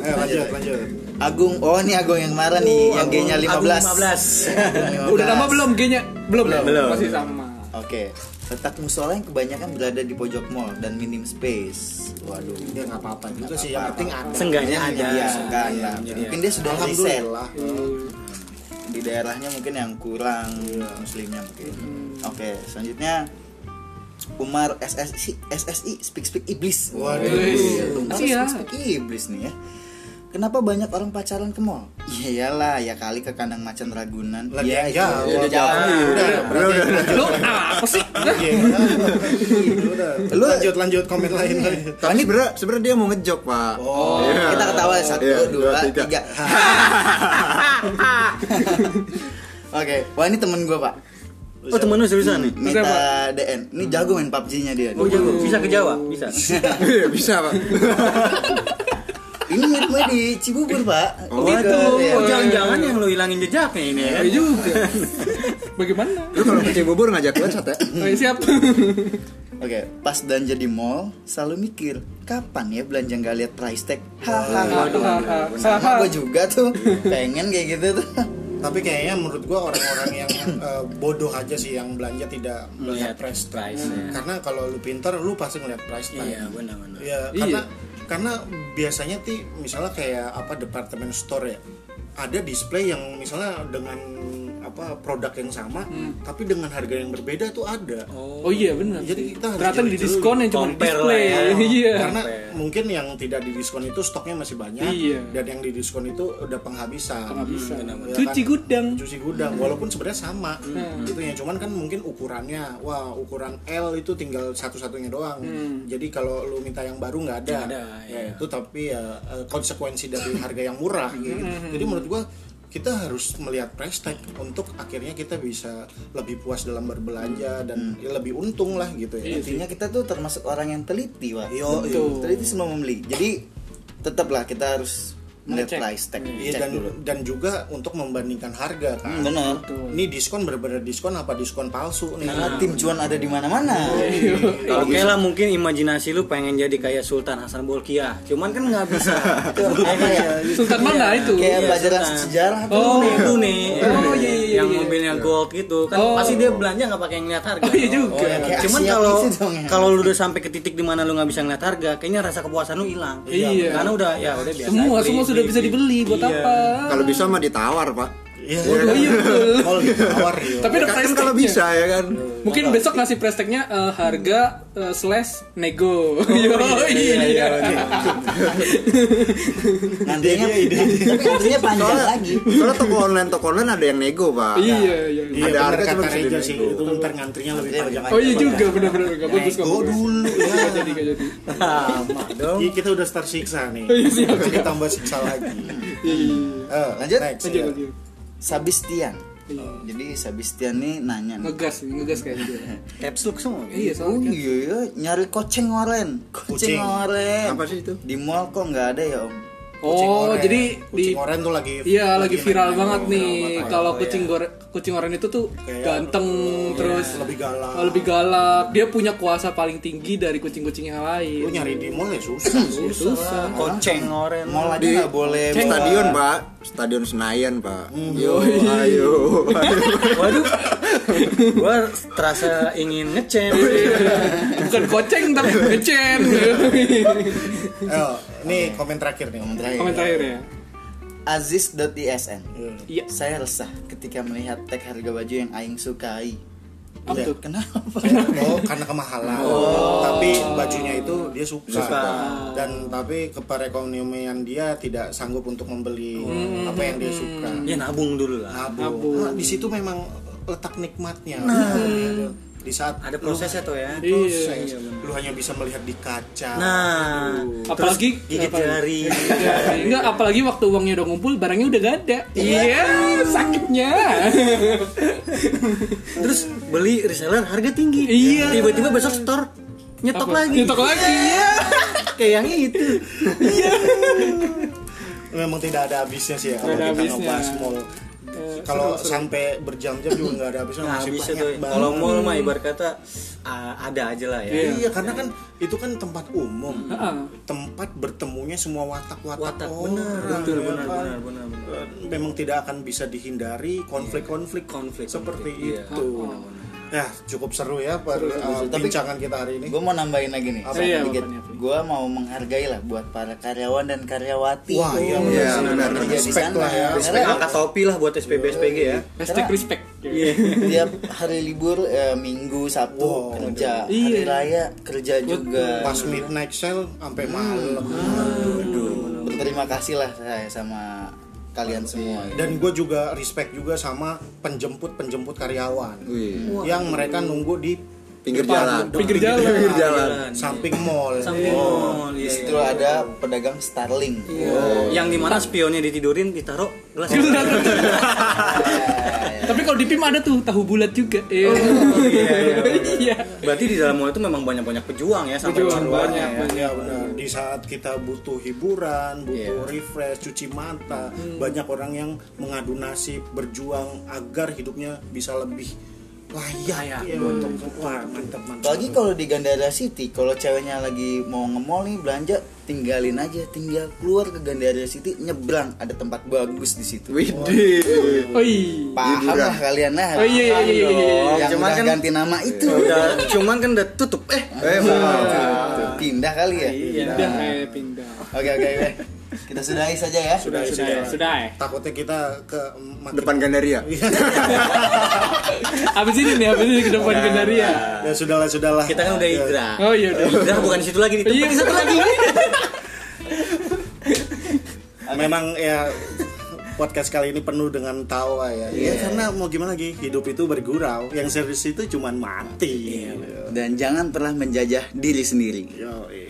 Eh, lanjut lanjut Agung oh ini Agung yang marah nih yang G-nya 15 Agung [LAUGHS] 15. udah nama belum g belum ya? Belum. masih sama Oke letak musola yang kebanyakan berada di pojok mall dan minim space waduh ya nggak apa-apa juga sih yang penting ada Seenggaknya ada. Iya, enggak, enggak. mungkin dia sudah riset alhamdulillah Iya. di daerahnya mungkin yang kurang muslimnya mungkin. Oke, selanjutnya Umar SSI SSI Speak Speak Iblis. Waduh. Iya, Umar ya? Iya. Speak Speak Iblis nih ya. Kenapa banyak orang pacaran ke mall? [LAUGHS] Iyalah, ya kali ke kandang macan Ragunan. Lah, Iya, dia jauh. udah Dia jauh. Iya. jauh. Udah. Udah, berarti- lo apa sih Iya, udah. Lu- lanjut lanjut komen lain Tapi sebenernya, sebenernya dia mau ngejok pak. oh Iya. Kita ketawa satu, Iya, dua, [LAUGHS] tiga. Oke, wah ini temen gue pak. Oh temen lu seriusan nih? Meta DN, ini jago main PUBG-nya dia. Oh jago, bisa ke Jawa? Bisa. [LAUGHS] Iya, bisa pak. Ini miripnya di Cibubur pak. Oh, Di- Waduh, iya. oh, jangan-jangan yang lu hilangin jejaknya ini ya? ya juga bagaimana Lu kalau ke Cibubur ngajak gue sate. oh, ya siap Oke, pas belanja di mall selalu mikir kapan ya belanja nggak lihat price tag. Hahaha. Sama gue juga tuh pengen kayak gitu tuh. tapi kayaknya menurut gua orang-orang yang eh, bodoh aja sih yang belanja tidak melihat price tag. karena kalau lu pintar lu pasti ngeliat price tag Iya benar-benar. Ya, karena karena biasanya ti misalnya kayak apa departemen store ya ada display yang misalnya dengan apa produk yang sama tapi dengan harga yang berbeda tuh ada. oh iya benar Jadi kita harus ternyata di jeli-jeli. diskon yang cuma di Compare lah display ya. iya Karena mungkin yang tidak di diskon itu stoknya masih banyak Iya. dan yang di diskon itu udah penghabisan. nggak bisa Ya cuci kan? gudang cuci gudang walaupun sebenarnya sama gitu ya cuman kan mungkin ukurannya wah ukuran L itu tinggal satu-satunya doang jadi kalau lu minta yang baru nggak ada, Nggak ada, ya itu tapi ya eh, konsekuensi dari harga yang murah gitu. jadi menurut gua kita harus melihat price tag untuk akhirnya kita bisa lebih puas dalam berbelanja dan ya lebih untung lah gitu ya Intinya kita tuh termasuk orang yang teliti pak. Yo, Iya. iya. Betul. Teliti sebelum membeli. Jadi tetaplah kita harus melihat price tag. Iya, Cek dan dulu. dan juga untuk membandingkan harga Iya. kan Benar. ini diskon bener-bener diskon apa diskon palsu nih Iya, Karena Ah, tim cuan ada di mana-mana. Iya, Oke lah mungkin imajinasi lu pengen jadi kayak Sultan Hasan Bolkiah, cuman kan nggak [LAUGHS] bisa. ya? sultan mana itu Kayak pelajaran Sultan. sejarah tuh. Oh, Oh. itu nih. Oh, iya, iya, Yang iya. mobilnya gold gitu. Kan Oh. pasti dia belanja nggak pakai ngeliat harga. Oh, iya juga. Oh, iya. Kayak Cuman Asia kalau gitu dong ya. kalau lu udah sampai ke titik dimana lu nggak bisa ngeliat harga, kayaknya rasa kepuasan lu hilang. Iya. Karena udah ya udah biasa. Iya. semua beli, semua beli, sudah bisa beli. dibeli buat apa Kalau bisa mah ditawar pak. Iya. gitu, oh iya betul Mall ditawar yo. tapi ada Kan price kalau tag-nya. bisa ya kan. Mungkin besok ngasih price tag-nya eh, harga eh, slash nego. [LAUGHS] Yo, iya, Nantinya, tapi nantinya panjang [LAUGHS] lagi. Soalnya toko online toko online ada yang nego pak. iya, iya. Iya, Ada bener harga kata cuma bisa Reja sih dinego. itu ntar ngantrinya lebih Iya, panjang. iya. Oh iya juga benar-benar nggak bagus kok. Nego dulu ya. [LAUGHS] Nggak jadi nggak jadi. Lama dong. Iya, kita udah start siksa nih. Iya, siap, Jadi tambah siksa lagi. Iya, iya, Eh, Lanjut? next, iya. ya. Lanjut, lanjut. Sabistian. Iya. Jadi Sabistian nih nanya nih. Ngegas nih, ngegas kayaknya. dia. Caps lock semua. Iya, Oh soalnya. iya ya, nyari koceng oren. Koceng Kucing. oren. Apa sih itu? Di mall kok nggak ada ya om? Kucing Oh, oren. jadi kucing di- oren tuh lagi Iya lagi viral naik-naik banget doang. nih banget. kalau Oh, kucing gore kucing oren itu tuh Kayak, ganteng terus lebih galak. lebih galak. Dia punya kuasa paling tinggi dari kucing-kucing yang Lu lain. nyari di mall ya [LAUGHS] susah. susah. Susah. Koceng. Ngoren. Mall aja Di- nggak boleh. Ceng, bawa- stadion pak stadion Senayan pak yo ayo ayo. Waduh. Gua terasa ingin ngecem. [LAUGHS] Bukan koceng tapi ngecen. Iya. Ayo, Eh, nih komen terakhir nih, komen terakhir. Komen terakhir ya. Aziz.isn. Iya. Saya resah ketika melihat tag harga baju yang aing sukai. Apa Iya, tuh? Kenapa? [LAUGHS] Oh, karena kemahalan. Tapi bajunya itu dia suka. Dan tapi keperekonomian dia tidak sanggup untuk membeli apa yang dia suka. Ya nabung dulu lah. Nabung. Nah, di situ memang letak nikmatnya. Gitu. Di saat Ada prosesnya tuh ya. lu, Iya, proses, iya, lu hanya bisa melihat di kaca. Nah, terus Apalagi- gigit apalagi? jari. Enggak, apalagi waktu uangnya udah ngumpul, barangnya udah gak ada. Iya, sakitnya. terus beli reseller harga tinggi. Iya. Tiba-tiba besok store nyetok Apa? lagi. Nah, Nyetok lagi. Iya. Kayak yang itu. memang tidak ada habisnya sih ya kalau Tidak ada kita habisnya. ngebahas mall. Kalau sampai berjam-jam juga nggak ada habisnya Nah, masih habis banyak itu banget. kalau mall mah ibarat kata ah, ada aja lah ya. Iya. Iya, karena kan itu kan tempat umum, Heeh. tempat bertemunya semua watak-watak Watak orang. benar, betul ya benar kan? benar benar. benar. Eh, Memang tidak akan bisa dihindari konflik-konflik Konflik, seperti konflik, iya. itu. Ya cukup seru ya per, eh, bincangan kita hari ini. Gue mau nambahin lagi nih. Apa? Iya, Sedikit. apa nih, apa nih? Gue mau menghargai lah buat para karyawan dan karyawati. Wah, iya, Oh, iya, yang benar, bekerja di respect sana. lah ya. Karena Respect, angkat topi lah buat SPB SPG Iya. ya. Iya. Hashtag respect. [LAUGHS] tiap hari libur eh, minggu Sabtu Wow. kerja, Iya. hari raya kerja juga. Pas midnight sale sampai malam. Berterima kasih lah saya sama kalian semua. Iya, Dan gue juga respect juga sama penjemput-penjemput karyawan Wih. yang mereka nunggu di Pinggir depan, jalan. depan, Pinggir jalan. Pinggir jalan. samping mall. Oh, Samping mall. Di iya, situ iya. ada pedagang Starling. Yang dimana spionnya ditidurin ditaruh gelas. Tapi kalau di PIM ada tuh tahu bulat juga. Iya. Iya, iya. Iya. Berarti di dalam mall itu memang banyak-banyak pejuang ya sampai Pejuang pejuang banyak. ya. Iya benar. Di saat kita butuh hiburan, butuh refresh, cuci mata, banyak orang yang mengadu nasib, berjuang agar hidupnya bisa lebih layak. Iya, untuk wah mantap mantap. Apalagi kalau di Gandara City, kalau ceweknya lagi mau nge-mall nih belanja, tinggalin aja, tinggal keluar ke Gandara City, nyebrang ada tempat bagus di situ. Widih. [LAUGHS] Oi. Paham Hiburan. lah kalian lah. Iya, Oh, iya, iya, iya, Paham iya, iya. dong, Yang Cuman udah kan- ganti nama itu. Udah cuman kan udah tutup eh. Oh. Eh, mau. Pindah kali ya. Pindah kayak pindah. Oke oke oke. Kita sudahi saja ya. Sudah, Sudah, ya, sudah. ya. Takutnya kita ke makin- depan Gandaria Abis ini nih, abis ini ke depan Gandaria. Ya sudahlah sudahlah. Kita kan udah Ya. hijrah. Oh iya udah. Udah bukan di situ lagi di Iya, tempat di satu satu lagi. lagi. [LAUGHS] Memang ya podcast kali ini penuh dengan tawa ya. Ya karena mau gimana lagi hidup itu bergurau. Iya, Yang serius itu cuman mati. Dan jangan pernah menjajah diri sendiri. Yoi.